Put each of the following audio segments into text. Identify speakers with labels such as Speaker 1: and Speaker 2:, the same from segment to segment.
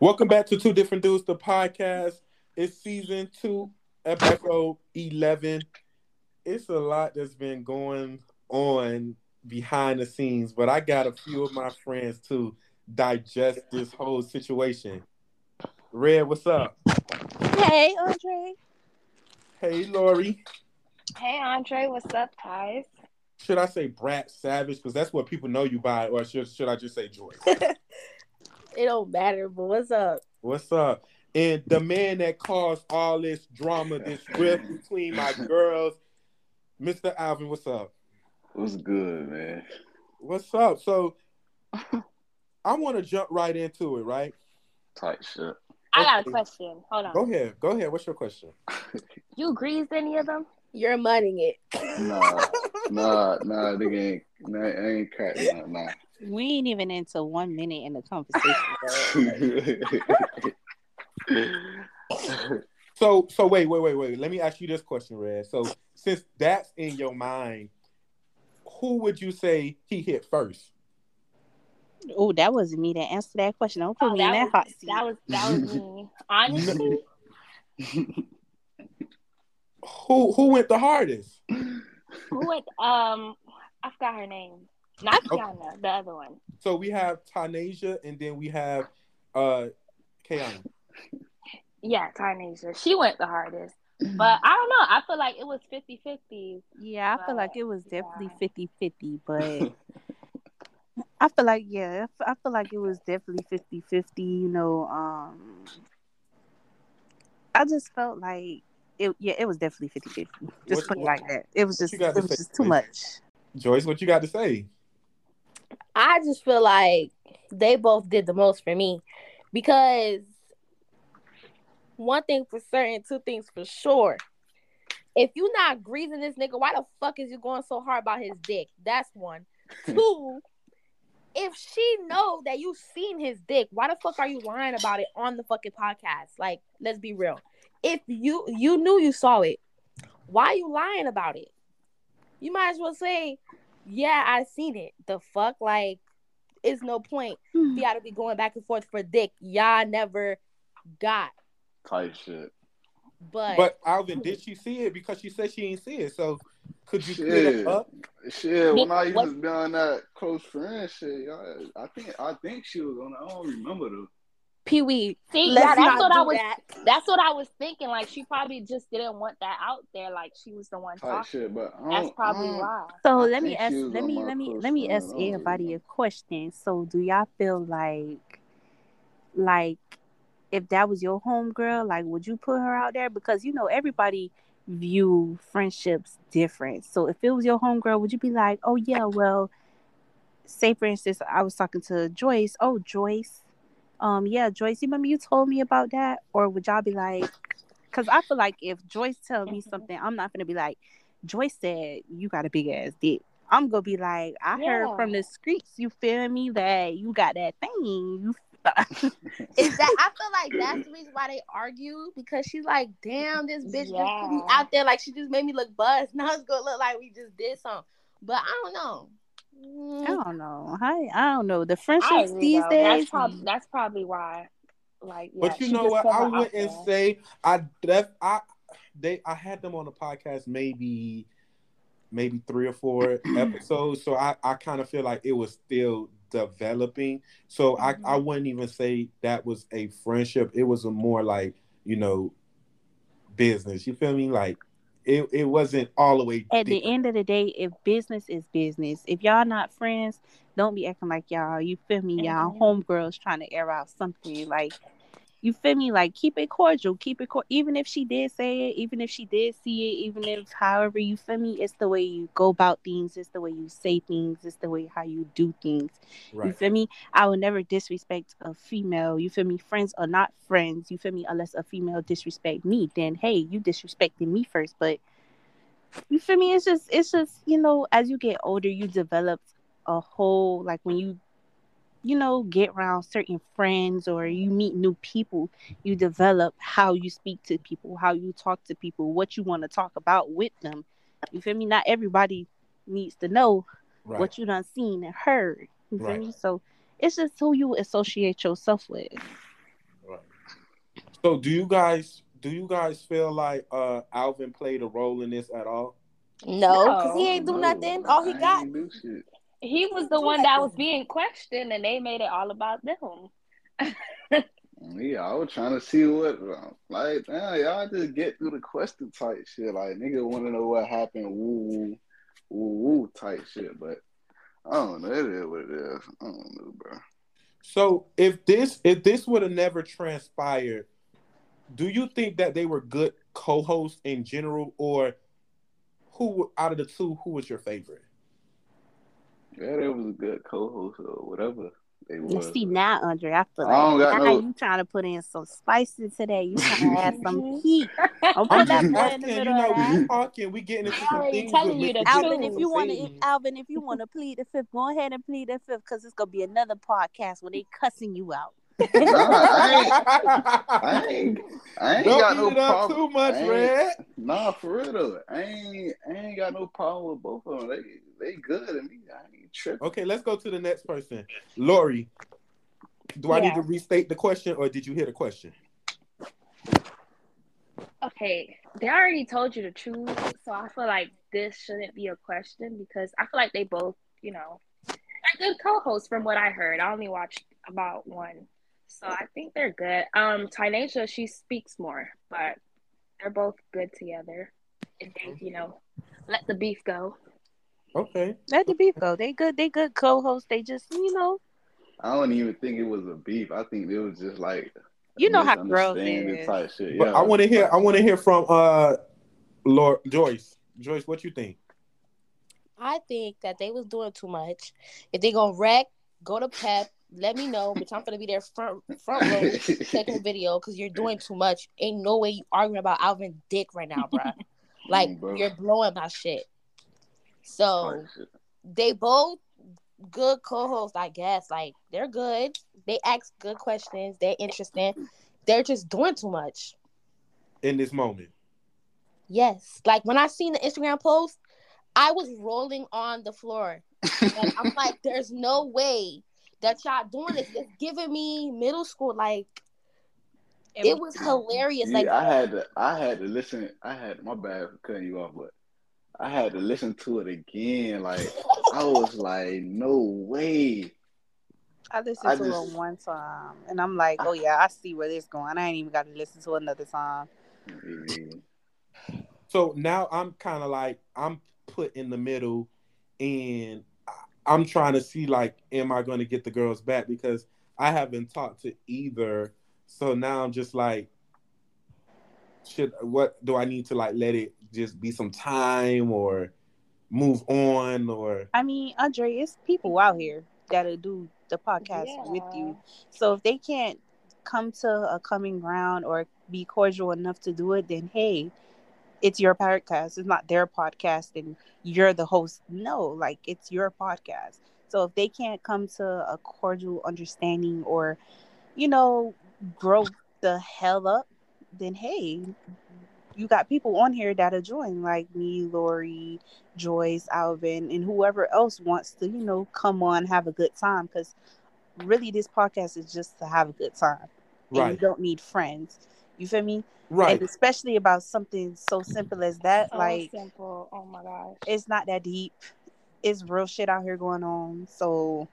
Speaker 1: Welcome back to Two Different Dudes, the podcast. It's season two, episode 11. It's a lot that's been going on behind the scenes, but I got a few of my friends to digest this whole situation. Red, what's up?
Speaker 2: Hey, Andre.
Speaker 1: Hey, Lori.
Speaker 3: Hey, Andre. What's up, guys?
Speaker 1: Should I say Brat Savage? Because that's what people know you by, or should, should I just say Joyce?
Speaker 2: It don't matter, but what's up?
Speaker 1: What's up? And the man that caused all this drama, this rift between my girls, Mr. Alvin, what's up?
Speaker 4: What's good, man?
Speaker 1: What's up? So I want to jump right into it, right?
Speaker 4: Tight shit.
Speaker 3: I got
Speaker 1: Okay.
Speaker 3: a question. Hold on.
Speaker 1: Go
Speaker 4: Oh.
Speaker 1: ahead. Go ahead. What's your question?
Speaker 3: You greased any of them?
Speaker 2: You're moneying it.
Speaker 4: Nah, nah, nah, nigga ain't, nah, I ain't crack, nah, nah.
Speaker 5: We ain't even into one minute in the conversation. bro.
Speaker 1: So so wait, wait, wait, wait. Let me ask you this question, Red. So since that's in your mind, who would you say he hit first?
Speaker 5: oh, that wasn't me that answered that question. Don't put
Speaker 3: Oh,
Speaker 5: me in that
Speaker 3: that,
Speaker 5: hot
Speaker 3: was,
Speaker 5: seat.
Speaker 3: that was that was me. Honestly,
Speaker 1: Who who went the hardest?
Speaker 3: who would um I forgot her name. Not
Speaker 4: Oh.
Speaker 3: Kiana, the other one.
Speaker 1: So we have Tanasia and then we have uh Kayana.
Speaker 3: Yeah, Tarnasia. She went the hardest. But I don't know. I feel like it was 50-50.
Speaker 5: yeah, I feel like
Speaker 3: but,
Speaker 5: it was
Speaker 3: yeah.
Speaker 5: definitely 50 50, but I feel like, yeah, I f- I feel like it was definitely 50 50. You know, um, I just felt like it, yeah, it was definitely 50 50. Just
Speaker 1: What-
Speaker 5: put it
Speaker 1: what-
Speaker 5: like that. It was
Speaker 1: what
Speaker 5: just,
Speaker 1: you
Speaker 5: it
Speaker 1: got to
Speaker 5: was
Speaker 1: say,
Speaker 5: just too
Speaker 1: Chris?
Speaker 5: much.
Speaker 1: Joyce, what you got to say?
Speaker 2: I just feel like they both did the most for me because one thing for certain, two things for sure. If you not greasing this nigga, why the fuck is you going so hard about his dick? That's one. Two, if she know that you seen his dick, why the fuck are you lying about it on the fucking podcast? Like, let's be real. If you you knew you saw it, why you lying about it? You might as well say, yeah, I seen it. The fuck, like, it's no point.
Speaker 3: Hmm.
Speaker 2: We gotta be going back and forth for dick. Y'all never got,
Speaker 4: Tight shit.
Speaker 2: but,
Speaker 1: But Alvin, did she see it? Because she said she ain't see it. So could you clear that
Speaker 4: Shit.
Speaker 1: up?
Speaker 4: Shit, when I was doing that close friend shit, y'all, I think I think she was on. I don't remember though.
Speaker 2: Pee Wee,
Speaker 3: See,
Speaker 2: let's
Speaker 3: yeah, that's
Speaker 2: not
Speaker 3: what
Speaker 2: do
Speaker 3: I was
Speaker 2: that.
Speaker 3: that's what I was thinking. Like she probably just didn't want that out there. Like she was the one
Speaker 4: Tight
Speaker 3: talking.
Speaker 4: shit, but mm, I don't,
Speaker 3: That's probably
Speaker 4: I don't,
Speaker 3: why.
Speaker 5: So
Speaker 4: I
Speaker 5: let me
Speaker 4: think
Speaker 5: ask,
Speaker 4: she was
Speaker 5: let
Speaker 4: on
Speaker 5: me,
Speaker 4: my
Speaker 5: let me,
Speaker 4: close
Speaker 5: let me
Speaker 4: friend.
Speaker 5: ask
Speaker 4: I don't
Speaker 5: everybody a
Speaker 4: remember.
Speaker 5: question. So do y'all feel like, like, if that was your homegirl, like, would you put her out there? Because you know everybody view friendships different. So if it was your homegirl, would you be like, oh yeah, well, say for instance, I was talking to Joyce. Oh Joyce, um, yeah, Joyce, you remember you told me about that? Or would y'all be like, because I feel like if Joyce tell me
Speaker 3: Mhm.
Speaker 5: something, I'm not gonna be like, Joyce said you got a big ass dick. I'm gonna be like, I heard from
Speaker 3: Yeah.
Speaker 5: the streets, you feel me, that you got that thing. You
Speaker 2: Is that I feel like that's the reason why they argue because she's like, damn, this bitch just put me
Speaker 3: Yeah.
Speaker 2: out there like she just made me look buzzed. Now it's gonna look like we just did something. But I don't know. Mm,
Speaker 5: I don't know. I, I don't know. The
Speaker 3: I
Speaker 5: friendships
Speaker 3: agree,
Speaker 5: these
Speaker 3: though.
Speaker 5: days.
Speaker 3: That's probably that's probably why. Like, yeah,
Speaker 1: but you
Speaker 3: she
Speaker 1: know
Speaker 3: just
Speaker 1: what?
Speaker 3: put
Speaker 1: I
Speaker 3: her out
Speaker 1: wouldn't
Speaker 3: there.
Speaker 1: say I def I they I had them on the podcast maybe maybe three or four episodes. So I, I kind of feel like it was still developing. So I,
Speaker 5: Mm-hmm.
Speaker 1: I wouldn't even say that was a friendship. It was a more like, you know, business. You feel me? Like it, it wasn't all the way
Speaker 5: At the
Speaker 1: there.
Speaker 5: end of the day, if business is business, if y'all not friends, don't be acting like y'all. You feel me? Y'all
Speaker 3: Mhm.
Speaker 5: homegirls trying to air out something like. You feel me? Like keep it cordial, keep it cor- even if she did say it, even if she did see it, even if however you feel me, it's the way you go about things, it's the way you say things, it's the way how you do things. You
Speaker 1: Right.
Speaker 5: feel me? I will never disrespect a female. You feel me? Friends are not friends. You feel me? Unless a female disrespect me, then hey, you disrespected me first. But you feel me? It's just, it's just, you know, as you get older, you develop a whole like when you, you know, get around certain friends or you meet new people, you develop how you speak to people, how you talk to people, what you want to talk about with them. You feel me? Not everybody needs to know
Speaker 1: Right.
Speaker 5: what you done seen and heard. You feel
Speaker 1: Right.
Speaker 5: me? So it's just who you associate yourself with.
Speaker 1: So do you guys do you guys feel like uh Alvin played a role in this at all?
Speaker 2: No, because he ain't do
Speaker 4: No,
Speaker 2: nothing. All he
Speaker 4: I
Speaker 2: got.
Speaker 4: ain't do shit.
Speaker 3: He was the one that was being questioned, and they made it all about them.
Speaker 4: Yeah, I was trying to see what like damn, y'all just get through the question type shit. Like nigga wanna know what happened, woo woo woo woo type shit, but I don't know, it is what it is. I don't know, bro.
Speaker 1: So if this if this would have never transpired, do you think that they were good co-hosts in general, or who out of the two who was your favorite?
Speaker 4: Yeah, they was a good co host or whatever they
Speaker 5: You
Speaker 4: was.
Speaker 5: see now, Andre, I feel
Speaker 4: I don't
Speaker 5: like
Speaker 4: got
Speaker 5: now
Speaker 4: no-
Speaker 5: you trying to put in some spices today. You trying to add some heat. Don't
Speaker 1: I'm
Speaker 5: put that
Speaker 1: just
Speaker 5: boy in
Speaker 1: asking,
Speaker 5: the
Speaker 1: you
Speaker 5: middle
Speaker 1: know,
Speaker 5: of that.
Speaker 1: we talking, we getting into some
Speaker 3: Already
Speaker 1: things
Speaker 3: telling
Speaker 1: with
Speaker 3: you the
Speaker 1: Mr.
Speaker 3: truth.
Speaker 5: Alvin,
Speaker 1: Dillon
Speaker 5: if you want
Speaker 1: Proceedings.
Speaker 5: to, Alvin, if you want to plead the fifth, go ahead and plead the fifth, because it's gonna be another podcast where they cussing you out.
Speaker 4: Nah, I ain't I ain't I ain't
Speaker 1: Don't
Speaker 4: got
Speaker 1: eat
Speaker 4: no
Speaker 1: it up
Speaker 4: problem.
Speaker 1: too much,
Speaker 4: I ain't-
Speaker 1: Red.
Speaker 4: Nah, for real though. I ain't I ain't got no problem with both of them. They they good and me. I ain't tripping.
Speaker 1: Okay, let's go to the next person. Lori, do I need
Speaker 3: Yeah.
Speaker 1: to restate the question or did you hear the question?
Speaker 3: Okay, they already told you the truth, so I feel like this shouldn't be a question because I feel like they both, you know, are good co-hosts from what I heard. I only watched about one, so I think they're good. Um, Tynasia, she speaks more, but they're both good together. If they, you know, let the beef go.
Speaker 1: Okay.
Speaker 5: Let the beef go. They good. They good co-hosts. They just, you know,
Speaker 4: I don't even think it was a beef. I think it was just like
Speaker 5: you know how girls
Speaker 4: misunderstanding
Speaker 5: is.
Speaker 4: type shit.
Speaker 1: But
Speaker 4: yeah.
Speaker 1: I want to hear I want to hear from uh Lord Joyce. Joyce, what you think?
Speaker 2: I think that they was doing too much. If they gonna wreck, go to Pep. Let me know, bitch. I'm gonna be there front front row taking a video because you're doing too much. Ain't no way you arguing about Alvin Dick right now, bruh. Like
Speaker 4: Mm, bro.
Speaker 2: you're blowing my shit.
Speaker 4: Type
Speaker 2: So
Speaker 4: shit.
Speaker 2: they both good co-hosts, I guess. Like they're good. They ask good questions. They're interesting. They're just doing too much.
Speaker 1: In this moment.
Speaker 2: Yes. Like when I seen the Instagram post, I was rolling on the floor. And I'm like, there's no way that y'all doing this. It's giving me middle school. Like it was hilarious.
Speaker 4: Yeah,
Speaker 2: Like
Speaker 4: I had to I had to listen. I had my bad for cutting you off, but I had to listen to it again. Like I was like, no way.
Speaker 5: I listened
Speaker 4: I
Speaker 5: to
Speaker 4: just-
Speaker 5: it one time, and I'm like, oh yeah, I see where this going. I ain't even got to listen to another time.
Speaker 1: So now I'm kind of like I'm put in the middle, and I- I'm trying to see like, am I going to get the girls back because I haven't talked to either. So now I'm just like, should what do I need to like let it just be some time or move on or
Speaker 5: I mean, Andre, it's people out here that'll do the podcast with you. So if they can't come to a coming ground or be cordial enough to do it, then hey, it's your podcast. It's not their podcast and you're the host. No, like it's your podcast. So if they can't come to a cordial understanding or, you know, grow the hell up, then hey, you got people on here that'll join, like me, Lori, Joyce, Alvin, and whoever else wants to, you know, come on, have a good time. Because really, this podcast is just to have a good time. And you
Speaker 1: right,
Speaker 5: don't need friends. You feel me?
Speaker 1: right?
Speaker 5: and especially about something so simple as that.
Speaker 3: So
Speaker 5: like
Speaker 3: Oh, simple. Oh my gosh.
Speaker 5: it's not that deep. It's real shit out here going on. So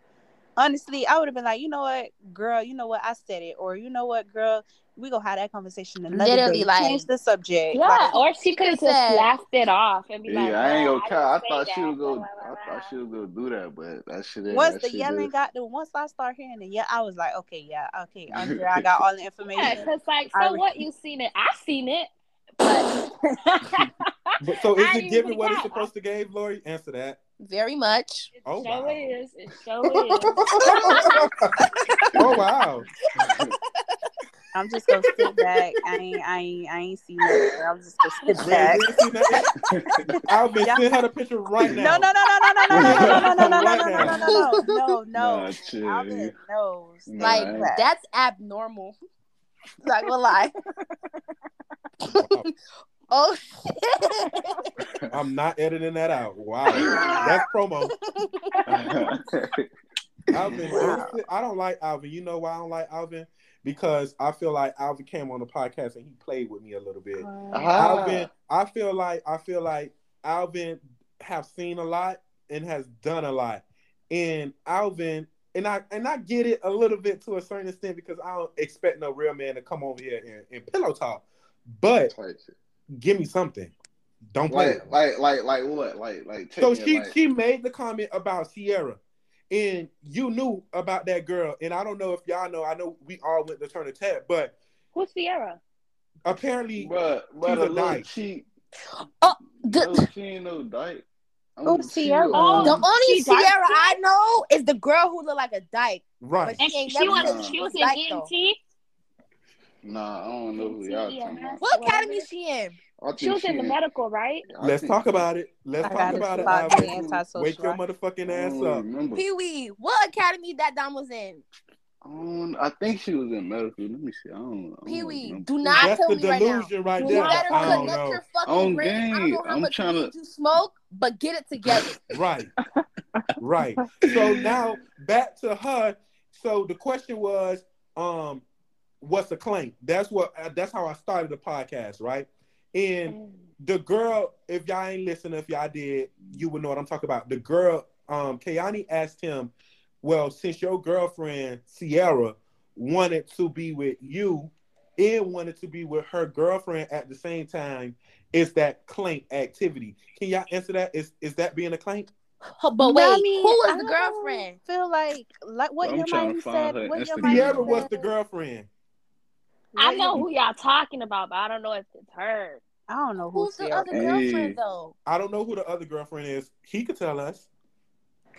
Speaker 5: honestly, I would have been like, you know what, girl, you know what, I said it, or you know what, girl, we gonna have that conversation another
Speaker 2: Literally,
Speaker 5: day.
Speaker 2: like-
Speaker 5: Change the subject.
Speaker 3: Yeah,
Speaker 5: Like,
Speaker 3: or she could have
Speaker 2: said-
Speaker 3: just laughed it off and be
Speaker 4: Yeah,
Speaker 3: like,
Speaker 4: I ain't
Speaker 3: "Well,
Speaker 4: gonna care. I
Speaker 3: didn't
Speaker 4: thought
Speaker 3: say
Speaker 4: she
Speaker 3: that,
Speaker 4: was
Speaker 3: blah,
Speaker 4: gonna.
Speaker 3: blah,
Speaker 4: I
Speaker 3: blah."
Speaker 4: thought she was gonna do that, but that shit. ain't-
Speaker 5: once
Speaker 4: that
Speaker 5: the
Speaker 4: shit
Speaker 5: yelling
Speaker 4: is-
Speaker 5: got done, once I start hearing the yeah, I was like, okay, yeah, okay, Andre, I got all the information.
Speaker 3: Yeah, because like,
Speaker 5: I
Speaker 3: so
Speaker 5: re-
Speaker 3: what? You seen it? I seen it. But
Speaker 1: But so
Speaker 3: I
Speaker 1: is
Speaker 3: ain't
Speaker 1: it giving
Speaker 3: really
Speaker 1: what it's
Speaker 3: got-
Speaker 1: supposed to give? Lori, answer that.
Speaker 2: very much.
Speaker 3: it
Speaker 1: Oh,
Speaker 3: oh,
Speaker 1: wow.
Speaker 3: is. It show is.
Speaker 1: oh wow!
Speaker 5: I'm just gonna sit back. I ain't, I ain't, I ain't see nothing. I'm just gonna
Speaker 1: Red,
Speaker 5: sit back.
Speaker 1: you ain't seen that yet? Alvin,
Speaker 5: Yeah.
Speaker 1: send her the picture right
Speaker 5: No,
Speaker 1: now.
Speaker 5: no, no, no, no, no, no, no, no, no, no, no, no, no, no, no, no, no,
Speaker 4: Nah, chill.
Speaker 5: Alvin, no.
Speaker 4: Nah,
Speaker 2: Like
Speaker 4: I ain't-
Speaker 5: Right.
Speaker 2: that's abnormal. Not gonna lie.
Speaker 1: Wow.
Speaker 2: Oh shit.
Speaker 1: I'm not editing that out. Wow, that's promo. Alvin,
Speaker 5: Wow.
Speaker 1: seriously, I don't like Alvin. You know why I don't like Alvin? because I feel like Alvin came on the podcast and he played with me a little bit.
Speaker 4: Uh-huh.
Speaker 5: Ah.
Speaker 1: Alvin, I feel like I feel like Alvin have seen a lot and has done a lot, and Alvin and I and I get it a little bit to a certain extent because I don't expect no real man to come over here and, and pillow talk, but
Speaker 4: Type shit.
Speaker 1: give me something. Don't play. with me.
Speaker 4: Like, like, like, like what? Like, like.
Speaker 1: So
Speaker 4: take it,
Speaker 1: she
Speaker 4: like-
Speaker 1: she made the comment about Sierra, and you knew about that girl. And I don't know if y'all know. I know we all went to Turner Tech, but
Speaker 3: Who's Sierra?
Speaker 1: apparently,
Speaker 4: Bruh, bruh,
Speaker 1: a
Speaker 4: the little
Speaker 1: dyke.
Speaker 4: cheat.
Speaker 2: Oh, the-
Speaker 4: No, she ain't no dyke. I'm-
Speaker 5: Oh,
Speaker 4: she uh,
Speaker 5: Sierra.
Speaker 4: no-
Speaker 5: Oh,
Speaker 2: The only
Speaker 5: She like
Speaker 2: Sierra I know is the girl who looked like a dyke.
Speaker 1: right?
Speaker 2: She ain't never
Speaker 4: was-
Speaker 2: been
Speaker 4: she
Speaker 3: was E
Speaker 2: like, though.
Speaker 4: Nah, I don't know who y'all talking about.
Speaker 2: What
Speaker 3: Whatever.
Speaker 2: academy she in?
Speaker 4: I think
Speaker 3: She was in the
Speaker 4: in-
Speaker 3: medical, right?
Speaker 4: I
Speaker 1: Let's
Speaker 4: think-
Speaker 1: talk about it. Let's
Speaker 5: I
Speaker 1: talk
Speaker 5: gotta
Speaker 1: about it.
Speaker 5: stop
Speaker 1: Alvin.
Speaker 5: being antisocial.
Speaker 1: Wake your motherfucking
Speaker 4: I
Speaker 1: ass
Speaker 4: don't
Speaker 1: up.
Speaker 4: remember.
Speaker 2: Pee Wee. What academy that Dom was in?
Speaker 4: Um, I think she was in medical. Let me see. I don't. I don't
Speaker 2: Pee Wee.
Speaker 4: remember.
Speaker 2: Do not
Speaker 1: That's
Speaker 2: tell
Speaker 1: the
Speaker 2: me right now.
Speaker 1: delusion right
Speaker 2: You
Speaker 1: there.
Speaker 2: better
Speaker 1: I don't
Speaker 2: connect
Speaker 1: know.
Speaker 2: your fucking
Speaker 4: On
Speaker 2: brain. I don't know
Speaker 4: game,
Speaker 2: how
Speaker 4: I'm
Speaker 2: much
Speaker 4: tryna-
Speaker 2: weed you smoke, but get it together.
Speaker 1: Right. Right. So now back to her. So the question was, um, what's a claim? That's what. Uh, that's how I started the podcast, right? And the girl, if y'all ain't listening, if y'all did, you would know what I'm talking about. The girl, um, Kayani asked him, Well, since your girlfriend Sierra wanted to be with you and wanted to be with her girlfriend at the same time, is that clank activity? Can y'all answer that? Is is that being a clank?
Speaker 2: But wait,
Speaker 5: No, I
Speaker 2: who was
Speaker 5: I
Speaker 2: the
Speaker 5: don't
Speaker 2: girlfriend?
Speaker 5: Feel like like what
Speaker 4: I'm
Speaker 5: your
Speaker 4: trying to
Speaker 5: mind
Speaker 4: find her
Speaker 5: said. What your
Speaker 4: Instagram.
Speaker 5: mind
Speaker 1: Sierra was
Speaker 5: said.
Speaker 1: the girlfriend.
Speaker 3: I know who y'all talking about, but I don't know if it's her.
Speaker 5: I don't know who
Speaker 2: Who's the
Speaker 5: Sierra.
Speaker 2: other
Speaker 4: Hey.
Speaker 2: girlfriend though?
Speaker 1: I don't know who the other girlfriend is. He could tell us.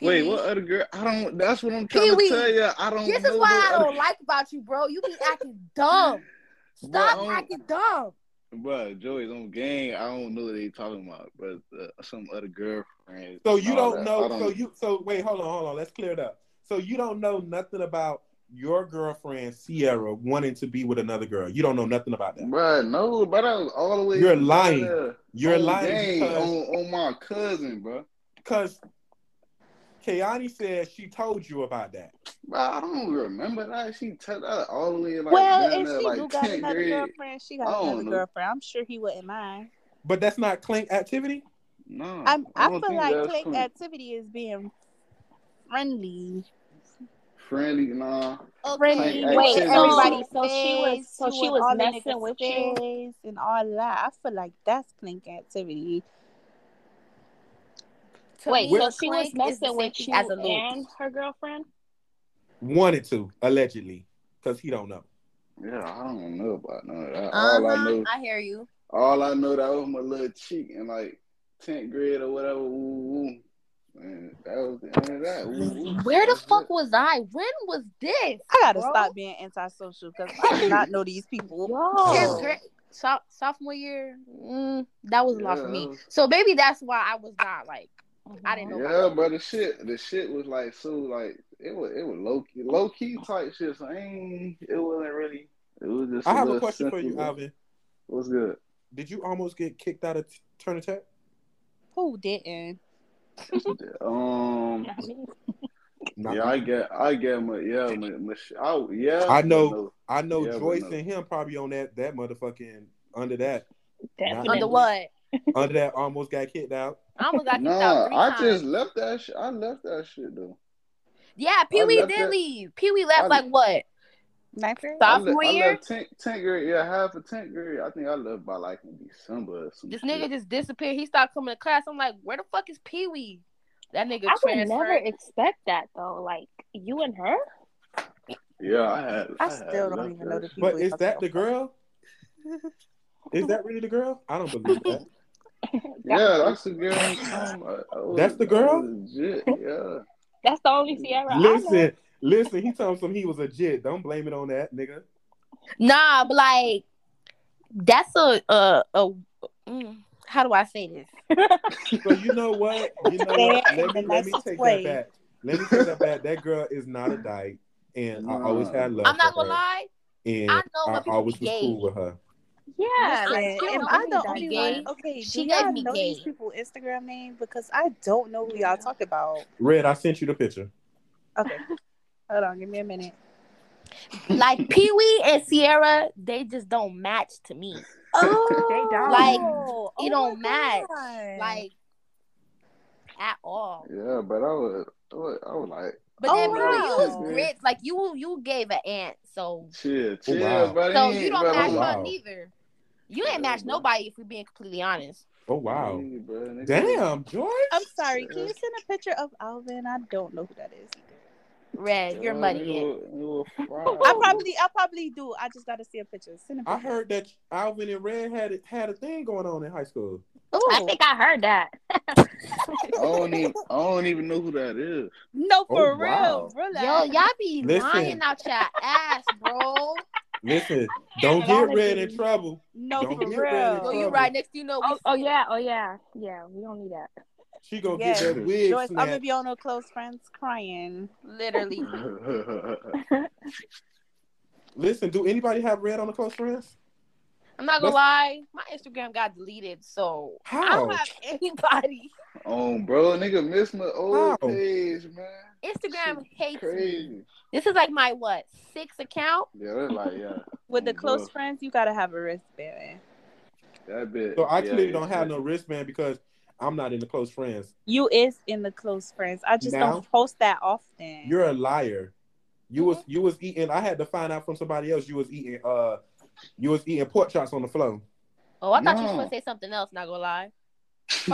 Speaker 4: Wait,
Speaker 2: Pee-wee.
Speaker 4: what other girl? I don't. That's what I'm trying
Speaker 2: Pee-wee.
Speaker 4: to tell you. I don't.
Speaker 2: This
Speaker 4: know
Speaker 2: is
Speaker 4: no
Speaker 2: why I
Speaker 4: other-
Speaker 2: don't like about you, bro. You be acting dumb. Stop
Speaker 1: um,
Speaker 4: Bro, I don't-
Speaker 2: acting dumb.
Speaker 4: Bro, Joey's on gang. I don't know what they talking about, but uh, some other girlfriend.
Speaker 1: So you
Speaker 4: and all
Speaker 1: don't
Speaker 4: Oh, that.
Speaker 1: know.
Speaker 4: I don't-
Speaker 1: So you. So wait, hold on, hold on. Let's clear it up. So you don't know nothing about your girlfriend Sierra wanting to be with another girl. You don't know nothing about that.
Speaker 4: Bro, no, bro, that was all the way.
Speaker 1: You're lying.
Speaker 4: Yeah.
Speaker 1: You're
Speaker 4: on
Speaker 1: lying
Speaker 4: gang,
Speaker 1: because
Speaker 4: on, on my cousin, bro.
Speaker 1: because Kayani said she told you about that.
Speaker 4: Bro, I don't remember that. She took that all the way like
Speaker 5: well,
Speaker 4: down
Speaker 5: if
Speaker 4: there,
Speaker 5: she do
Speaker 4: like
Speaker 5: got
Speaker 4: 10th
Speaker 5: another
Speaker 4: grade.
Speaker 5: girlfriend, she
Speaker 4: I
Speaker 5: got
Speaker 4: don't
Speaker 5: another
Speaker 4: know.
Speaker 5: girlfriend. I'm sure he wouldn't mind.
Speaker 1: But that's not clink activity.
Speaker 4: No,
Speaker 5: I'm, I,
Speaker 4: don't
Speaker 5: feel
Speaker 4: think
Speaker 5: like
Speaker 4: that's
Speaker 5: click
Speaker 4: cool.
Speaker 5: activity is being friendly.
Speaker 4: friendly. Nah,
Speaker 5: Friendly,
Speaker 4: Like,
Speaker 5: with
Speaker 4: Wait,
Speaker 5: the
Speaker 4: everybody,
Speaker 5: niggas'
Speaker 3: so she was-
Speaker 5: face,
Speaker 3: so she
Speaker 5: doing
Speaker 3: was
Speaker 5: all the
Speaker 3: messing
Speaker 5: niggas'
Speaker 3: with you?
Speaker 5: face and all that. I feel like that's clink activity.
Speaker 2: To
Speaker 3: Wait,
Speaker 2: me,
Speaker 3: so
Speaker 2: a
Speaker 3: she was
Speaker 2: clank is the
Speaker 3: messing
Speaker 2: same
Speaker 3: with
Speaker 2: thing
Speaker 3: you
Speaker 2: as a loop.
Speaker 3: and her girlfriend?
Speaker 1: Wanted to allegedly because he don't know.
Speaker 4: yeah, I don't know about none of
Speaker 5: Uh,
Speaker 4: that. All I
Speaker 2: Uh-huh.
Speaker 4: know,
Speaker 2: I hear you.
Speaker 4: all I know, that was my little cheek in like tenth grade or whatever. Woo, woo. And that was the end of that. Woo, woo.
Speaker 2: Where the
Speaker 4: That's
Speaker 2: fuck
Speaker 4: it.
Speaker 2: was I? When was this?
Speaker 5: I gotta
Speaker 2: bro?
Speaker 5: stop being antisocial because I do not know these people.
Speaker 2: Tenth
Speaker 3: Yo.
Speaker 2: grade, so- sophomore year, mm, that was a lot for
Speaker 4: Yeah.
Speaker 2: me. So maybe that's why I was not like I didn't know.
Speaker 4: Yeah, but the shit, the shit was like so like it was it was low key, low key type shit. So I ain't, it wasn't really. It was just.
Speaker 1: I have a
Speaker 4: little
Speaker 1: question for you,
Speaker 4: simple-
Speaker 1: Alvin.
Speaker 4: What's good?
Speaker 1: Did you almost get kicked out of T- Turner Tech?
Speaker 5: Who didn't?
Speaker 4: um.
Speaker 1: Not-
Speaker 4: Yeah, I get, I get my, yeah, my, my sh- I, yeah.
Speaker 1: I
Speaker 4: but
Speaker 1: know-
Speaker 4: no.
Speaker 1: I know
Speaker 4: Yeah, but
Speaker 1: Joyce
Speaker 4: no.
Speaker 1: and him probably on that that motherfucking under that
Speaker 3: Definitely.
Speaker 2: Under what?
Speaker 1: under that almost got kicked out.
Speaker 2: I almost got kicked out
Speaker 4: Nah,
Speaker 2: three
Speaker 4: I
Speaker 2: times.
Speaker 4: just left that. Sh- I left that shit though.
Speaker 2: yeah, Pee Wee
Speaker 4: left
Speaker 2: did
Speaker 4: that-
Speaker 2: leave. Pee Wee left
Speaker 4: I-
Speaker 2: like what?
Speaker 5: Ninth grade?
Speaker 4: I
Speaker 2: Sophomore
Speaker 4: le- I
Speaker 2: year?
Speaker 4: left tenth tenth grade. Yeah, half a tenth grade. I think I left by like in December or some
Speaker 2: This
Speaker 4: shit.
Speaker 2: nigga just disappeared. He stopped coming to class. I'm like, where the fuck is Pee Wee? That nigga
Speaker 3: I would
Speaker 2: transferred.
Speaker 3: never expect that though. Like you and her?
Speaker 4: Yeah, I had.
Speaker 5: I
Speaker 4: had
Speaker 5: still don't
Speaker 4: left
Speaker 5: even know
Speaker 4: that
Speaker 5: the
Speaker 4: shit.
Speaker 5: people.
Speaker 1: But is that the girl? Is that really the girl? I don't believe that.
Speaker 4: Yeah, that's the girl. I'm talking about. I was-
Speaker 1: That's the
Speaker 4: I
Speaker 1: girl?
Speaker 4: was legit, Yeah.
Speaker 3: That's the only Sierra I know.
Speaker 1: Listen, listen. He told him he was a jit. Don't blame it on that nigga.
Speaker 2: Nah, but like that's a a, a mm, how do I say this?
Speaker 1: So you know what? You know what? Let me let me take that back. Let me take that back. That girl is not a dyke, and I always had love.
Speaker 2: I'm not
Speaker 1: for
Speaker 2: gonna
Speaker 1: her,
Speaker 2: lie.
Speaker 1: And
Speaker 2: I know
Speaker 1: I
Speaker 2: when people
Speaker 1: always
Speaker 2: be
Speaker 1: was
Speaker 2: gay.
Speaker 1: cool with her.
Speaker 3: Yeah.
Speaker 5: Listen,
Speaker 2: I still
Speaker 5: am
Speaker 2: don't
Speaker 5: I the
Speaker 2: think
Speaker 5: only
Speaker 2: that gay.
Speaker 3: oh,
Speaker 5: one? Okay,
Speaker 2: She
Speaker 5: she
Speaker 2: gave
Speaker 5: y'all
Speaker 2: me
Speaker 5: know
Speaker 2: gay.
Speaker 5: these people Instagram name because I don't know who y'all talk about.
Speaker 1: Red, I sent you the picture.
Speaker 5: Okay, hold on, give me a minute.
Speaker 2: Like Pee Wee and Sierra, they just don't match to me.
Speaker 6: Oh,
Speaker 3: They don't.
Speaker 2: Like,
Speaker 6: Oh,
Speaker 2: it
Speaker 6: my
Speaker 2: don't match.
Speaker 6: God.
Speaker 2: Like at all.
Speaker 4: Yeah, but I would, I would, I would like
Speaker 2: But
Speaker 6: Oh,
Speaker 2: then Brody, you was
Speaker 6: wow.
Speaker 2: rich. Like you you gave an ant, so
Speaker 4: chill,
Speaker 1: Oh,
Speaker 4: chill,
Speaker 1: wow.
Speaker 4: buddy.
Speaker 2: so you don't
Speaker 4: Bro,
Speaker 2: match
Speaker 1: wow.
Speaker 2: her neither. You ain't match
Speaker 4: Yeah, bro.
Speaker 2: nobody if we're being completely honest.
Speaker 1: Oh wow.
Speaker 3: Mm,
Speaker 4: Hey, bro, nigga.
Speaker 1: Damn, George.
Speaker 5: I'm sorry. Can you send a picture of Alvin? I don't know who that is.
Speaker 2: Red, you're
Speaker 4: Yeah,
Speaker 2: muddy. it.
Speaker 4: nigga will- nigga will
Speaker 5: I
Speaker 4: fry.
Speaker 5: probably, I probably do. I just gotta see a picture. Send a picture.
Speaker 1: I heard that Alvin and Red had it- had a thing going on in high school.
Speaker 3: I think I heard that.
Speaker 4: I don't even, I don't even know who that is.
Speaker 5: No, for
Speaker 1: Oh, wow.
Speaker 5: real. Relax.
Speaker 2: Yo, y'all be
Speaker 1: Listen.
Speaker 2: lying out your ass, bro.
Speaker 1: Listen, don't
Speaker 3: But
Speaker 1: get Red in
Speaker 3: honestly-
Speaker 1: trouble.
Speaker 5: no,
Speaker 1: Don't
Speaker 5: for
Speaker 1: get ready.
Speaker 2: So
Speaker 5: real.
Speaker 2: you right next to you know we
Speaker 3: Oh, oh yeah, oh yeah, yeah. We don't need that.
Speaker 1: She gonna
Speaker 5: Yes.
Speaker 1: get that wig
Speaker 5: Joyce, I'm gonna
Speaker 1: snapped.
Speaker 5: be on her close friends crying. Literally.
Speaker 1: Listen, do anybody have Red on the close friends?
Speaker 2: I'm not gonna
Speaker 1: Let's-
Speaker 2: lie, my Instagram got deleted, so I
Speaker 1: How?
Speaker 2: don't have anybody.
Speaker 4: um, bro, nigga missed my old
Speaker 1: Wow.
Speaker 4: page, man.
Speaker 2: Instagram hates me.
Speaker 4: Crazy.
Speaker 2: This is like my what sixth account.
Speaker 4: Yeah, that's like yeah.
Speaker 5: With the
Speaker 4: Oh,
Speaker 5: close
Speaker 4: bro.
Speaker 5: friends, you gotta have a wristband.
Speaker 4: That bit.
Speaker 1: So I
Speaker 4: yeah,
Speaker 1: clearly
Speaker 4: yeah,
Speaker 1: don't have
Speaker 4: yeah.
Speaker 1: no wristband because I'm not in the close friends.
Speaker 5: You is in the close friends. I just
Speaker 1: Now?
Speaker 5: don't post that often.
Speaker 1: You're a liar. You was
Speaker 5: Mm-hmm.
Speaker 1: you was eating. I had to find out from somebody else. You was eating. Uh, you was eating pork chops on the floor.
Speaker 2: Oh, I thought you
Speaker 4: No.
Speaker 2: was gonna say something else. Not gonna lie.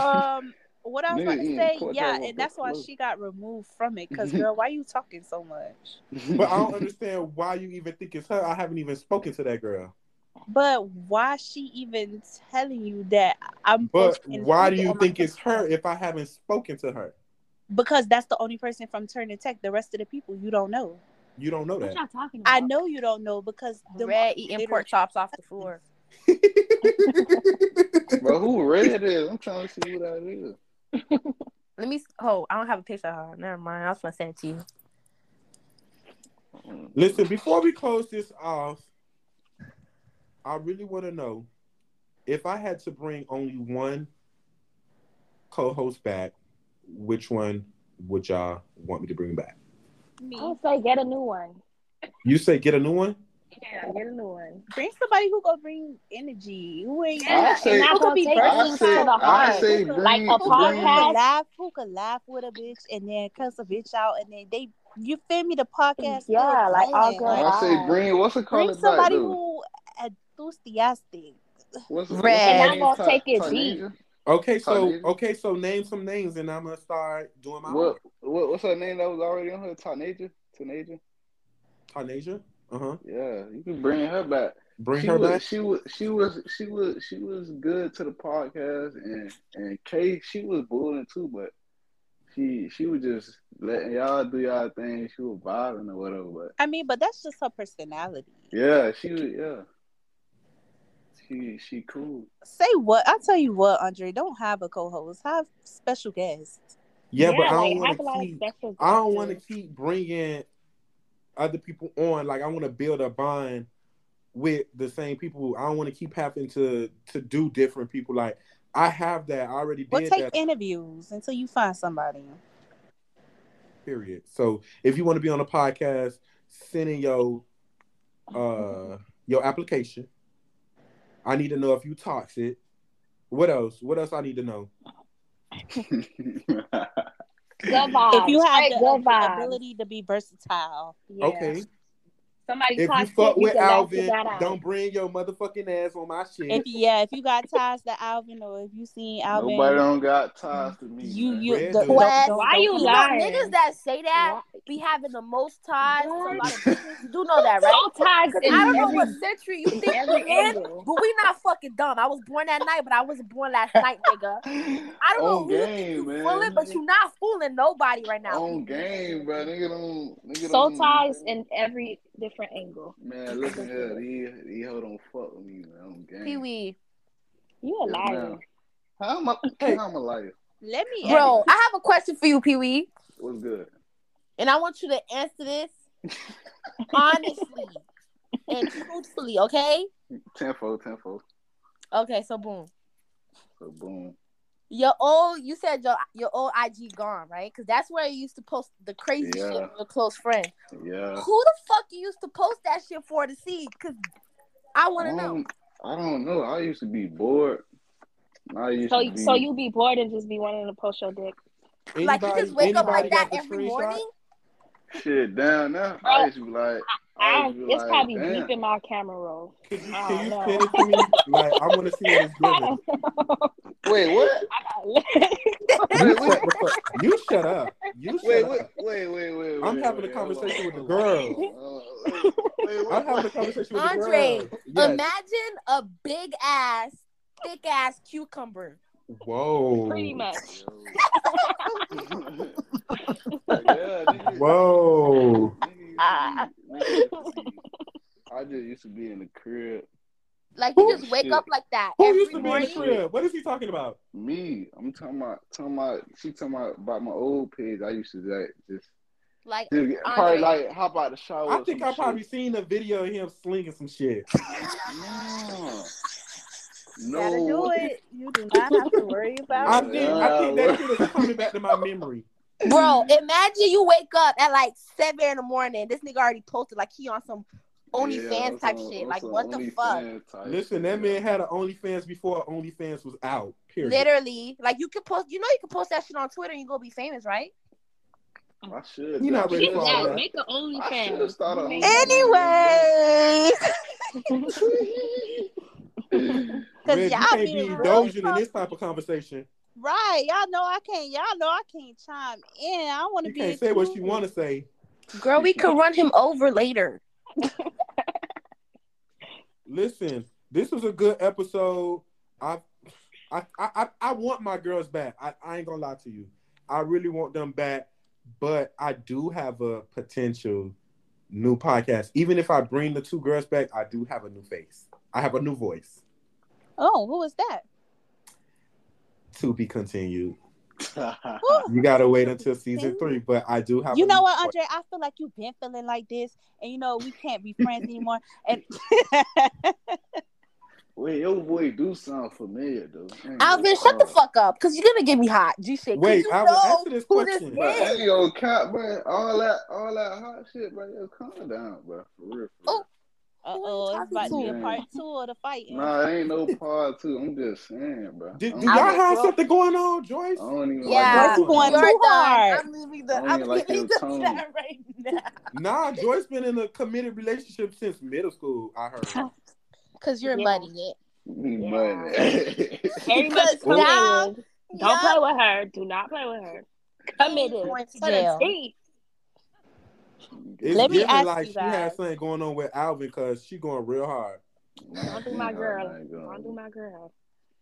Speaker 5: um what I was
Speaker 4: Nigga
Speaker 5: about to
Speaker 4: eating
Speaker 5: say,
Speaker 4: pork
Speaker 5: yeah,
Speaker 4: chop on
Speaker 5: and that's
Speaker 4: the
Speaker 5: why
Speaker 4: floor.
Speaker 5: she got removed from it.
Speaker 4: Mm-hmm.
Speaker 5: Cause girl, why you talking so much?
Speaker 1: But I don't understand why you even think it's her. I haven't even spoken to that girl.
Speaker 5: But why she even telling you that I'm
Speaker 1: But
Speaker 5: posting
Speaker 1: why do
Speaker 5: food
Speaker 1: you
Speaker 5: on my
Speaker 1: think it's
Speaker 5: Instagram?
Speaker 1: her if I haven't spoken to her?
Speaker 5: Because that's the only person from Turner Tech. The rest of the people you don't know.
Speaker 1: You don't know
Speaker 3: What
Speaker 1: that.
Speaker 3: y'all talking about?
Speaker 5: I know you don't know because the
Speaker 2: Red eating pork chops off the floor.
Speaker 4: bro, who red is? I'm trying to see who that is.
Speaker 2: Let me. Oh, I don't have a picture of her. Never mind. I was gonna send it to you.
Speaker 1: Listen, before we close this off, I really want to know if I had to bring only one co-host back, which one would y'all want me to bring back?
Speaker 5: me.
Speaker 3: I would say get a new one.
Speaker 1: You say get a new one.
Speaker 3: Yeah, get a new one.
Speaker 5: Bring somebody who gonna bring energy. Who ain't
Speaker 4: Yeah, I
Speaker 5: yeah,
Speaker 4: say- and
Speaker 5: who
Speaker 4: not
Speaker 5: could be
Speaker 3: gonna take
Speaker 5: versatile.
Speaker 4: I
Speaker 3: Versus
Speaker 4: say,
Speaker 3: to the
Speaker 4: I
Speaker 3: heart.
Speaker 4: say,
Speaker 5: Like
Speaker 4: bring,
Speaker 3: a
Speaker 5: who could, who
Speaker 4: bring-
Speaker 5: could
Speaker 3: podcast.
Speaker 5: laugh, who could laugh with a bitch and then cuss a bitch out and then they you feel me the podcast. still
Speaker 3: Yeah, like, all
Speaker 5: going.
Speaker 3: good
Speaker 4: I say,
Speaker 3: Wow.
Speaker 4: bring. What's it
Speaker 5: bring
Speaker 4: called? Bring
Speaker 5: somebody
Speaker 4: back, dude?
Speaker 5: who enthusiastic.
Speaker 4: What's what's
Speaker 2: Red.
Speaker 4: her
Speaker 2: And
Speaker 3: I'm
Speaker 4: name?
Speaker 3: gonna take it
Speaker 4: Ta-
Speaker 3: deep.
Speaker 4: Tanisha?
Speaker 1: Okay, so
Speaker 4: Tanisha?
Speaker 1: okay, so name some names, and I'm gonna start doing my
Speaker 4: What,
Speaker 1: homework.
Speaker 4: what what's her name that was already on her? Tanaja? Tanaja?
Speaker 1: Tarnasia. Uh huh.
Speaker 4: Yeah, you can bring her back.
Speaker 1: Bring
Speaker 4: she
Speaker 1: her
Speaker 4: was,
Speaker 1: back.
Speaker 4: She was she was she was she was good to the podcast and and Kay she was bullying too, but she she was just letting y'all do y'all thing. She was vibing or whatever, but
Speaker 5: I mean, but that's just her personality.
Speaker 4: yeah, she was yeah. She she cool.
Speaker 5: Say what? I tell you what, Andre, don't have a co-host. Have special guests.
Speaker 1: Yeah, but I
Speaker 3: like,
Speaker 1: don't
Speaker 3: have a lot
Speaker 1: want to
Speaker 3: of
Speaker 1: keep.
Speaker 3: special
Speaker 1: I don't want to
Speaker 3: guests.
Speaker 1: keep bringing other people on. Like I want to build a bond with the same people. I don't want to keep having to to do different people. Like I have that. I already
Speaker 5: Well,
Speaker 1: did
Speaker 5: take
Speaker 1: that.
Speaker 5: interviews until you find somebody.
Speaker 1: Period. So if you want to be on a podcast, send in your uh your application. I need to know if you toxic. What else? What else I need to know?
Speaker 3: Good vibes.
Speaker 5: if you have
Speaker 3: Straight
Speaker 5: the
Speaker 3: good vibes.
Speaker 5: ability to be versatile,
Speaker 3: Yeah.
Speaker 1: Okay.
Speaker 3: Somebody
Speaker 1: If you
Speaker 3: toxic,
Speaker 1: fuck with
Speaker 3: can lash
Speaker 1: Alvin,
Speaker 3: that out.
Speaker 1: don't bring your motherfucking ass on my shit.
Speaker 5: if yeah, if you got ties to Alvin or if you seen Alvin,
Speaker 4: Nobody don't got ties to me.
Speaker 5: you
Speaker 4: man.
Speaker 5: you
Speaker 1: Red
Speaker 5: the,
Speaker 1: dude.
Speaker 5: don't-
Speaker 2: Why
Speaker 5: don't-
Speaker 3: you
Speaker 5: don't-
Speaker 2: You
Speaker 3: lying?
Speaker 2: know, niggas that say that be having the most ties to a lot of bitches. You do know that, right?
Speaker 3: All ties in
Speaker 2: I don't know
Speaker 3: every-
Speaker 2: what century you think
Speaker 3: every
Speaker 2: we're in,
Speaker 3: angle.
Speaker 2: but we not fucking dumb. I was born that night, but I wasn't born last night, nigga. I
Speaker 4: On
Speaker 2: don't know who
Speaker 4: game,
Speaker 2: you
Speaker 4: man.
Speaker 2: fooling, but you not fooling nobody right now.
Speaker 4: on game, bro. Nigga don't. Nigga
Speaker 3: Soul
Speaker 4: don't,
Speaker 3: ties in every different angle.
Speaker 4: Man, listen here. These these hoe don't fuck with me, man. On game.
Speaker 2: Pee Wee,
Speaker 3: You a
Speaker 4: Yeah,
Speaker 3: liar.
Speaker 4: man. How am I? How am I liar?
Speaker 5: Let me
Speaker 2: bro, I have a question for you, Pee Wee,
Speaker 4: What's good?
Speaker 2: and I want you to answer this honestly and truthfully, okay?
Speaker 4: Tenfold, tenfold.
Speaker 2: Okay, so boom.
Speaker 4: So boom.
Speaker 2: Your old, you said your your old IG gone, right? Because that's where you used to post the crazy
Speaker 4: Yeah.
Speaker 2: shit with a close friend.
Speaker 4: Yeah.
Speaker 2: Who the fuck you used to post that shit for to see? Because I want to
Speaker 1: Mm,
Speaker 2: know.
Speaker 4: Um, I don't know. I used to be bored. I used
Speaker 3: So,
Speaker 4: to be,
Speaker 3: so you be bored and just be wanting to post your dick.
Speaker 2: Like you just wake up like that every morning.
Speaker 4: shit down now. I used to be like, I
Speaker 3: I,
Speaker 4: used to be
Speaker 3: it's
Speaker 4: like,
Speaker 3: probably
Speaker 4: damn.
Speaker 3: deep in my camera roll.
Speaker 1: Could you,
Speaker 3: I
Speaker 2: Oh,
Speaker 1: can you
Speaker 3: don't
Speaker 1: pin
Speaker 3: know.
Speaker 1: it to me? Like I want to see what it's giving.
Speaker 4: Wait, what?
Speaker 1: You
Speaker 4: Wait, what?
Speaker 1: shut, the fuck- you shut up. You shut
Speaker 4: Wait,
Speaker 1: up.
Speaker 4: wait, wait, wait, wait.
Speaker 1: I'm
Speaker 4: wait,
Speaker 1: having a
Speaker 4: wait, hold on,
Speaker 1: conversation with the
Speaker 4: hold on,
Speaker 1: girls.
Speaker 4: hold on, hold on. Wait, what?
Speaker 1: I'm having a conversation with
Speaker 2: Andre,
Speaker 1: the girl. Yes.
Speaker 2: Imagine a big ass, thick ass cucumber.
Speaker 1: Whoa.
Speaker 3: Pretty much.
Speaker 4: yeah, nigga.
Speaker 1: Whoa.
Speaker 4: Nigga used to be-
Speaker 2: Ah.
Speaker 4: nigga used to be- I just used to be in the crib.
Speaker 2: Like you
Speaker 4: Who-
Speaker 2: just wake
Speaker 4: Shit.
Speaker 2: up like that
Speaker 1: Who used
Speaker 2: every
Speaker 1: to be in the
Speaker 2: morning.
Speaker 1: crib? What is he talking about?
Speaker 4: Me, I'm talking about, talking about, she talking about, about my old page. I used to like just,
Speaker 2: Like
Speaker 4: just get- probably like hop out the shower.
Speaker 1: I
Speaker 4: or
Speaker 1: think
Speaker 4: Oh, some
Speaker 1: I probably
Speaker 4: shit.
Speaker 1: seen a video of him slinging some shit.
Speaker 4: No.
Speaker 5: Gotta
Speaker 4: No.
Speaker 5: do it. You do not have to worry
Speaker 1: I
Speaker 5: about it.
Speaker 1: think I think that shit is coming back to my memory.
Speaker 2: Bro, imagine you wake up at like seven in the morning. This nigga already posted like he on some OnlyFans
Speaker 4: Yeah, I'm
Speaker 2: type
Speaker 4: some-
Speaker 2: shit.
Speaker 4: I'm
Speaker 2: Like
Speaker 4: some
Speaker 2: what the fuck?
Speaker 4: OnlyFans type
Speaker 1: Listen,
Speaker 4: shit.
Speaker 1: that man had an OnlyFans before OnlyFans was out. Period.
Speaker 2: Literally, like you could post. You know you can post that shit on Twitter and you gonna be famous, right?
Speaker 4: I should.
Speaker 1: You not
Speaker 4: I
Speaker 1: ready
Speaker 4: should
Speaker 1: for
Speaker 4: have
Speaker 1: all
Speaker 4: started-
Speaker 1: that.
Speaker 3: Make an
Speaker 4: I should have
Speaker 3: OnlyFans.
Speaker 4: started.
Speaker 3: Make-
Speaker 2: Anyway, because
Speaker 1: Red, you
Speaker 2: y'all
Speaker 1: can't
Speaker 2: be
Speaker 1: be
Speaker 2: really
Speaker 1: indulging in this type of conversation.
Speaker 5: Right. Y'all know I can't. Y'all know I can't chime in. I want to
Speaker 1: You
Speaker 5: be.
Speaker 1: can't say what you
Speaker 5: included.
Speaker 1: want to say.
Speaker 2: girl. We could run him over later.
Speaker 1: Listen, this was a good episode. I, I, I, I- I want my girls back. I, I ain't gonna lie to you. I really want them back, but I do have a potential new podcast. Even if I bring the two girls back, I do have a new face. I have a new voice
Speaker 5: Oh, who was that?
Speaker 1: to be continued.
Speaker 5: Uh,
Speaker 1: You gotta wait until season three, but I do have.
Speaker 5: You
Speaker 1: a
Speaker 5: know
Speaker 1: new
Speaker 5: what,
Speaker 1: voice.
Speaker 5: Andre? I feel like you've been feeling like this, and you know we can't be friends anymore. And
Speaker 4: Wait, your boy do sound familiar though. Ain't
Speaker 2: Alvin,
Speaker 4: no
Speaker 2: shut the
Speaker 4: problem.
Speaker 2: fuck up, because you're gonna get me hot. G shit. 'Cause
Speaker 1: Wait,
Speaker 2: you
Speaker 1: I will
Speaker 2: know
Speaker 1: answer this
Speaker 2: who
Speaker 1: question.
Speaker 4: Bro,
Speaker 2: This is.
Speaker 4: ain't no cap, bro. All that, all that hot shit, bro. Yo, calm down, bro. For real. For real.
Speaker 5: uh oh, it's about to be a
Speaker 4: talking to?
Speaker 5: part two of the fighting.
Speaker 4: Nah, it ain't no part two. I'm just saying, bro.
Speaker 1: Do, do
Speaker 4: I don't
Speaker 1: y'all
Speaker 4: like-
Speaker 1: have something going on, Joyce?
Speaker 4: I don't even
Speaker 2: Yeah,
Speaker 4: like
Speaker 5: Joyce
Speaker 4: your
Speaker 5: going
Speaker 4: tone.
Speaker 5: too
Speaker 2: done.
Speaker 5: hard.
Speaker 2: I'm leaving
Speaker 4: I
Speaker 2: the.
Speaker 4: don't
Speaker 2: I'm
Speaker 4: even like
Speaker 2: leaving
Speaker 4: your
Speaker 2: the
Speaker 4: tone.
Speaker 2: chat right now.
Speaker 1: Nah, Joyce been in a committed relationship since middle school. I heard.
Speaker 2: Cause you're
Speaker 3: Yeah.
Speaker 2: muddy it.
Speaker 4: You
Speaker 3: Yeah.
Speaker 4: muddy.
Speaker 3: Very much
Speaker 2: Because now-
Speaker 3: committed. Don't play with her. Do not play with her. Committed.
Speaker 2: Going to
Speaker 3: To the
Speaker 2: jail.
Speaker 3: T.
Speaker 1: It's
Speaker 5: Let me
Speaker 1: giving
Speaker 5: ask
Speaker 1: like
Speaker 5: you
Speaker 1: she has
Speaker 5: guys.
Speaker 1: something going on with Alvin because she going real hard.
Speaker 3: Don't do my girl.
Speaker 4: Oh.
Speaker 3: Don't do my girl.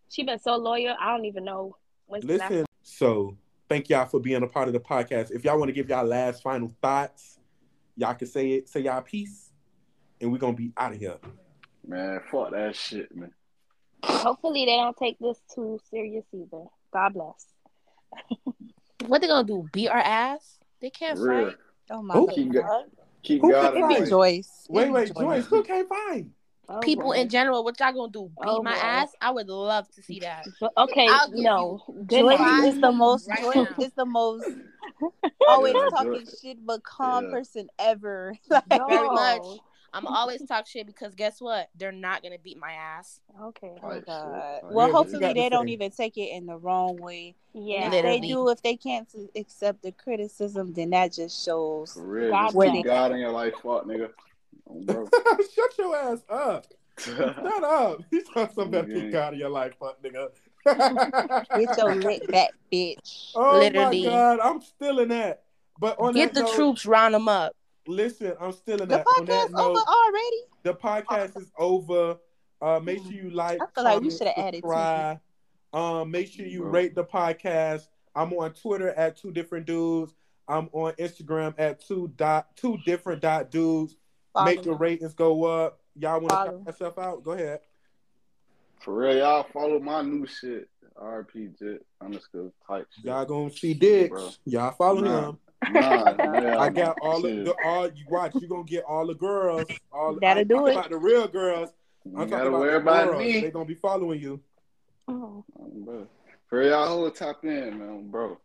Speaker 3: She been so loyal. I don't even know when's the last
Speaker 1: Listen, so thank y'all for being a part of the podcast. If y'all want to give y'all last final thoughts, y'all can say it, say y'all peace, and we're gonna be out of here.
Speaker 4: Man, fuck that shit, man.
Speaker 3: Hopefully they don't take this too serious either. God bless.
Speaker 2: What they gonna do? Beat our ass? They can't
Speaker 4: For real.
Speaker 2: fight.
Speaker 5: Oh my
Speaker 1: Who
Speaker 5: god.
Speaker 4: keep go- keep
Speaker 1: Who
Speaker 4: God
Speaker 1: can fight?
Speaker 5: It
Speaker 4: in
Speaker 1: Right.
Speaker 5: be
Speaker 4: mind.
Speaker 5: Joyce. It
Speaker 1: Wait,
Speaker 5: be
Speaker 1: wait,
Speaker 5: Joyce.
Speaker 1: Joyce, who can't fight?
Speaker 3: Oh,
Speaker 2: People
Speaker 3: boy.
Speaker 2: in general, what y'all gonna do? Beat
Speaker 3: Oh,
Speaker 2: my
Speaker 3: boy.
Speaker 2: ass? I would love to see that.
Speaker 3: But, okay,
Speaker 2: I'll give
Speaker 3: no. Good
Speaker 5: Joyce
Speaker 2: Five
Speaker 3: night.
Speaker 5: is the most.
Speaker 2: right
Speaker 5: Joyce
Speaker 2: now.
Speaker 5: is the most. Always
Speaker 4: Yeah,
Speaker 5: talking
Speaker 4: Joyce.
Speaker 5: shit, but calm
Speaker 4: Yeah.
Speaker 5: person ever.
Speaker 2: Very
Speaker 3: No.
Speaker 2: much. I'm always talk shit because guess what? They're not gonna beat my ass.
Speaker 3: Okay.
Speaker 5: Oh
Speaker 4: Type shit.
Speaker 5: God.
Speaker 4: Like,
Speaker 5: Well,
Speaker 1: Yeah, what you
Speaker 5: hopefully
Speaker 1: got to
Speaker 5: they don't
Speaker 1: say?
Speaker 5: even take it in the wrong way.
Speaker 3: Yeah.
Speaker 5: And if they
Speaker 2: Literally.
Speaker 5: do, if they can't s- accept the criticism, then that just shows.
Speaker 4: For real,
Speaker 3: God
Speaker 4: just
Speaker 5: bless.
Speaker 4: keep God in your life, fuck nigga. Oh, bro.
Speaker 1: Shut your ass up!
Speaker 5: Oh.
Speaker 1: Shut up! He's talking something about
Speaker 4: Okay.
Speaker 1: keep God in your life, fuck nigga.
Speaker 5: Get your lick back, bitch.
Speaker 1: oh
Speaker 2: Literally.
Speaker 1: my God, I'm still in that. But on that
Speaker 2: Get the
Speaker 1: note,
Speaker 2: troops, round them up.
Speaker 1: Listen, I'm still in
Speaker 5: The
Speaker 1: that. On that
Speaker 5: podcast over
Speaker 1: note,
Speaker 5: already.
Speaker 1: the podcast is over. Uh, make sure you like,
Speaker 5: Mm. I feel like we
Speaker 1: comment,
Speaker 5: shoulda added
Speaker 1: subscribe. Um, make sure you
Speaker 4: Bro.
Speaker 1: rate the podcast. I'm on Twitter at two different dudes. I'm on Instagram at two dot two different dot dudes. Make the
Speaker 5: Follow.
Speaker 1: ratings go up. Y'all want to
Speaker 5: Follow.
Speaker 1: shout yourself out? Go ahead.
Speaker 4: For real, y'all follow my new shit. RP Jit underscore type shit.
Speaker 1: Y'all gonna see dicks.
Speaker 4: Bro.
Speaker 1: Y'all follow
Speaker 4: Nah.
Speaker 1: him.
Speaker 4: Nah, yeah,
Speaker 1: I got all of
Speaker 4: shit.
Speaker 1: the all. You watch. You gonna get all the girls. All
Speaker 5: That'll
Speaker 1: I'm
Speaker 5: do
Speaker 1: talking
Speaker 5: it.
Speaker 1: About the real girls.
Speaker 4: You
Speaker 1: I'm
Speaker 4: gotta
Speaker 1: talking about
Speaker 4: worry
Speaker 1: the
Speaker 4: about
Speaker 1: girls.
Speaker 4: me.
Speaker 1: They gonna be following you.
Speaker 3: Oh,
Speaker 4: Bro. For y'all who tap in, man, bro.